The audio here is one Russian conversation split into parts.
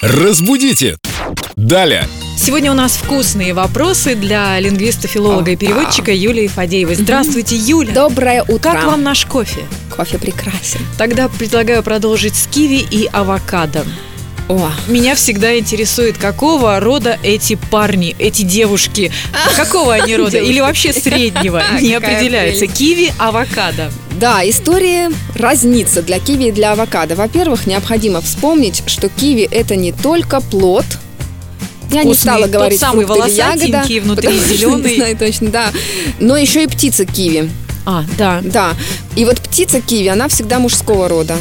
Разбудите! Далее! Сегодня у нас вкусные вопросы для лингвиста, филолога и переводчика Юлии Фадеевой. Здравствуйте, Юля! Доброе утро. Как вам наш кофе? Кофе прекрасен. Тогда предлагаю продолжить с киви и авокадо. О, Меня всегда интересует, какого рода эти парни, эти девушки, какого они рода, или вообще среднего, не Какая определяется. прелесть. Киви, авокадо. да, история разнится для киви и для авокадо. Во-первых, необходимо вспомнить, что киви это не только плод. Я не Вкусный, стала тот говорить самый фрукт или ягода, волосатенький, внутри потому что не зеленый. знаю точно, да. Но еще и птица киви, А, да, да. И вот птица киви, она всегда мужского рода.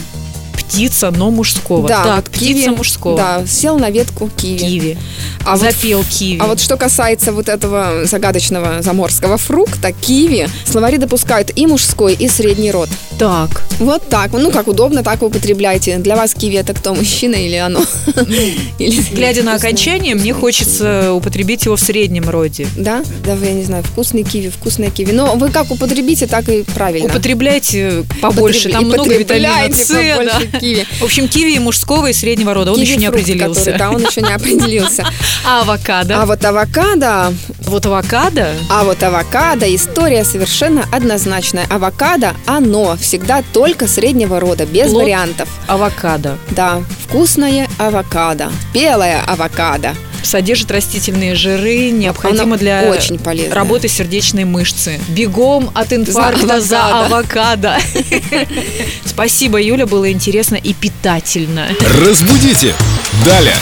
птица, но мужского. да, так, вот птица мужского. Да, сел на ветку киви. Киви. А вот Запел киви. А вот что касается вот этого загадочного заморского фрукта, киви, словари допускают и мужской, и средний род. так. Вот так. Ну, как удобно, так употребляйте. Для вас киви это кто, мужчина или оно? Или- Глядя на вкусный. окончание, мне хочется употребить его в среднем роде. Да? Да, вы, я не знаю, вкусный киви, вкусное киви. Но вы как употребите, так и правильно. Употребляйте побольше, Употреб- там и много витамина потребляйте С. да. побольше киви. В общем, киви и мужского и среднего рода, он еще не Киви-фрукт, определился. который- да, он еще не определился. А авокадо? А вот авокадо, Вот авокадо? А вот авокадо – история совершенно однозначная. Авокадо – оно всегда только среднего рода, без Плод. вариантов. Авокадо Да, вкусное авокадо, белое авокадо. содержит растительные жиры, необходимо Оно для очень полезное. работы сердечной мышцы. Бегом от инфаркта за авокадо. Спасибо, Юля, было интересно и питательно. Разбудите! Далее!